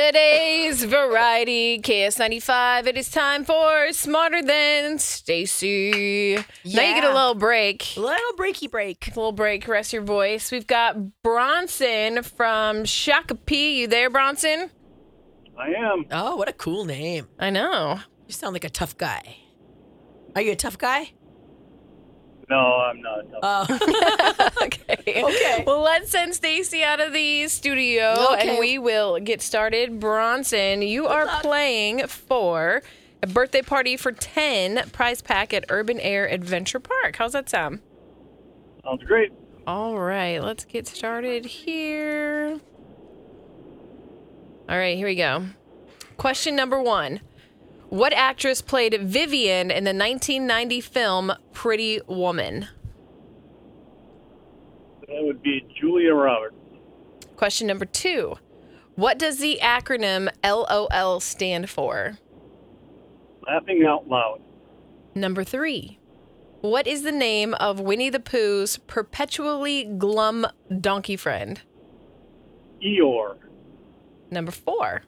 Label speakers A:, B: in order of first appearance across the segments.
A: Today's variety KS95. It is time for Smarter Than Stacy. Now you get a
B: Yeah.
A: little break.
B: Little breaky break.
A: A little break, rest your voice. We've got Bronson from Shakopee. You there, Bronson?
C: I am.
B: Oh, what a cool name.
A: I know.
B: You sound like a tough guy. Are you a tough guy?
C: No, I'm not.
B: Oh.
A: Okay.
B: Okay.
A: Well, let's send Stacy out of the studio and
B: Okay.
A: we will get started. Bronson, you are playing for a birthday party for 10 prize pack at Urban Air Adventure Park. How's that sound?
C: Sounds great.
A: All right, let's get started here. All right, here we go. Question number one What actress played Vivian in the 1990 film Pretty Woman?
C: That would be Julia Roberts.
A: Question number two What does the acronym LOL stand for?
C: Laughing out loud.
A: Number three What is the name of Winnie the Pooh's perpetually glum donkey friend?
C: Eeyore.
A: Number four.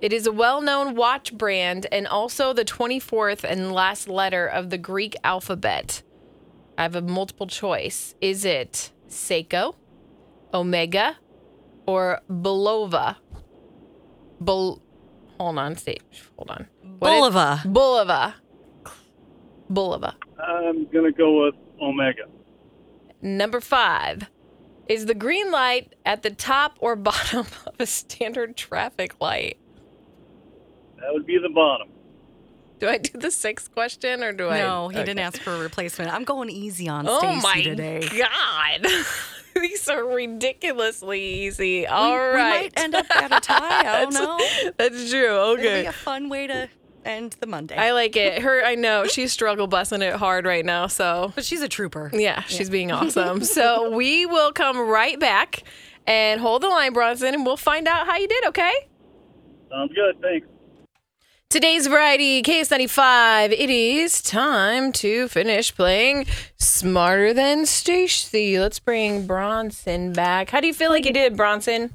A: It is a well known watch brand and also the 24th and last letter of the Greek alphabet. I have a multiple choice. Is it Seiko, Omega, or Bulova? Bul. Hold on, stay. Hold on. What is-
B: Bulova.
A: Bulova. Bulova.
C: I'm going to go with Omega.
A: Number five. Is the green light at the top or bottom of a standard traffic light?
C: That would be the bottom.
A: Do I do the sixth question or do I?
D: No, Oh, he didn't
A: Okay.
D: ask for a replacement. I'm going easy on
A: Oh
D: Stacy
A: my
D: today.
A: god, these are ridiculously easy.
D: We-
A: All
D: we
A: right,
D: might end up at a tie. I don't know.
A: that's true.
D: It'll be
A: Okay.
D: a fun way to end the Monday.
A: I like it. Her, I know she's struggle busting it hard right now. So
D: but she's a trooper.
A: yeah, she's being awesome. so we will come right back and hold the line, Bronson, and we'll find out how you did. Okay.
C: Sounds good. Thanks.
A: Today's variety KS95. It is time to finish playing Smarter Than Stacy. Let's bring Bronson back. How do you feel like you did, Bronson?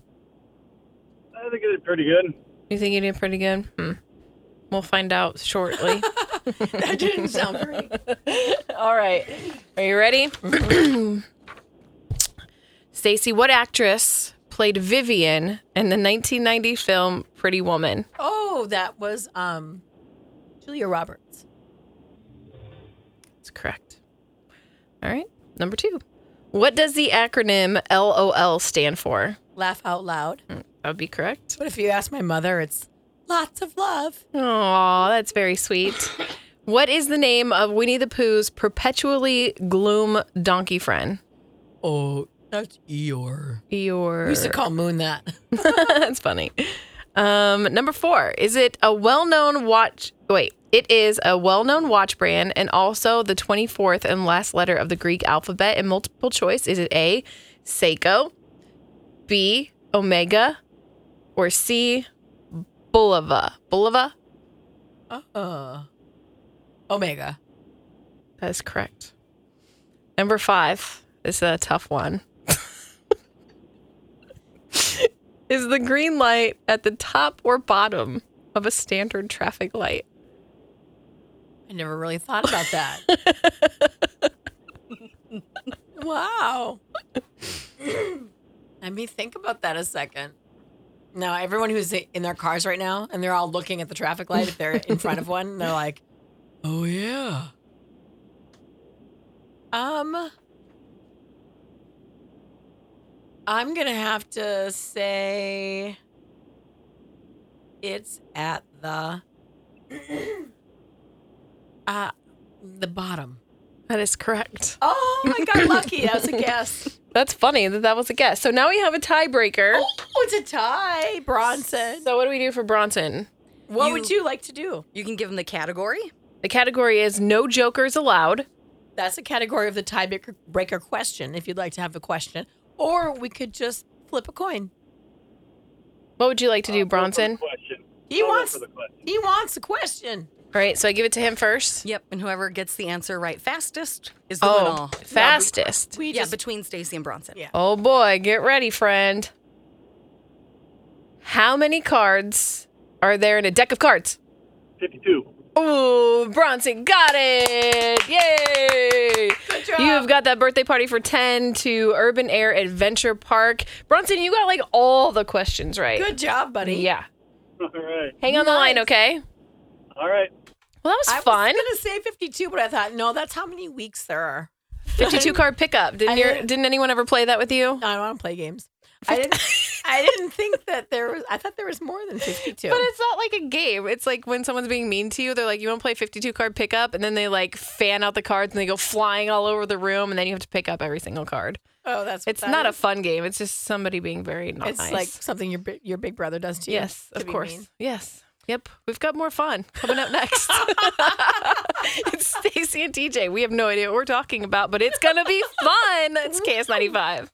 C: I think it did pretty good.
A: You think you did pretty good? Hmm. We'll find out shortly.
B: That didn't sound great.
A: All right. Are you ready? Stacy, what actress played Vivian in the 1990 film Pretty Woman?
B: Oh, that was um Julia Roberts.
A: That's correct. All right. Number two. What does the acronym LOL stand for?
B: Laugh out loud.
A: That would be correct.
B: Mm. But if you ask my mother, it's lots of love.
A: Aw, that's very sweet. What is the name of Winnie the Pooh's perpetually gloom donkey friend?
B: Oh, that's Eeyore.
A: Your
B: We used to call Moon that.
A: that's funny. Um, number four is it a well-known watch? Wait, it is a well-known watch brand and also the 24th and last letter of the Greek alphabet. And multiple choice is it A, Seiko, B, Omega, or C, Bulova? Bulova.
B: Uh, Omega.
A: That is correct. Number five is a tough one. is the green light at the top or bottom of a standard traffic light?
B: I never really thought about that. wow. Let me think about that a second. Now, everyone who's in their cars right now and they're all looking at the traffic light, if they're in front of one, they're like, oh, yeah. Um, I'm going to have to say it's at the uh, the bottom.
A: That is correct.
B: Oh, I got lucky. That was a guess.
A: That's funny that that was a guess. So now we have a tiebreaker.
B: Oh, it's a tie, Bronson.
A: So what do we do for Bronson?
B: What
D: You-
B: would you like to do?
D: You can give him the category.
A: The category is no jokers allowed.
B: That's a category of the tiebreaker breaker question, if you'd like to have a question. Or we could just flip a coin.
A: What would you like to
C: I'll
A: do,
C: go for
A: Bronson?
C: the question.
B: He
C: I'll go
B: wants-
C: for the question.
B: He wants a question.
A: All right, so I give it to him first.
D: Yep. And whoever gets the answer right fastest is the one
A: Oh,
D: all.
A: fastest.
B: We
D: Yeah,
B: just
D: between Stacy and Bronson.
B: Yeah.
A: Oh boy, get ready, friend. How many cards are there in a deck of cards?
C: 52.
A: Ooh, Bronson got it! Yay! You have got that birthday party for 10 to Urban Air Adventure Park. Bronson, you got like all the questions right.
B: Good job, buddy.
A: Yeah.
C: All right.
A: Hang on the line,
B: Nice.
A: okay?
C: All right.
A: Well, that was
B: I
A: fun.
B: was gonna say 52, but I thought no, that's how many weeks there are.
A: 52 card pickup. Didn't
B: I
A: your,
B: didn't-
A: didn't anyone ever play that with you?
B: I don't want to play games. I didn't. I didn't think that there was. I thought there was more than 52.
A: But it's not like a game. It's like when someone's being mean to you, they're like, "You want to play 52 card pickup?" and then they like fan out the cards and they go flying all over the room and then you have to pick up every single card.
B: oh, that's what
A: It's
B: that
A: not a
B: is.
A: fun game. It's just somebody being very not
B: It's
A: nice.
B: like something your bi- your big brother does to you.
A: Yes,
B: to
A: of
B: be
A: course.
B: mean.
A: Yes. Yep. We've got more fun coming up next. it's Stacy and DJ. We have no idea what we're talking about, but it's gonna be fun. It's KS95.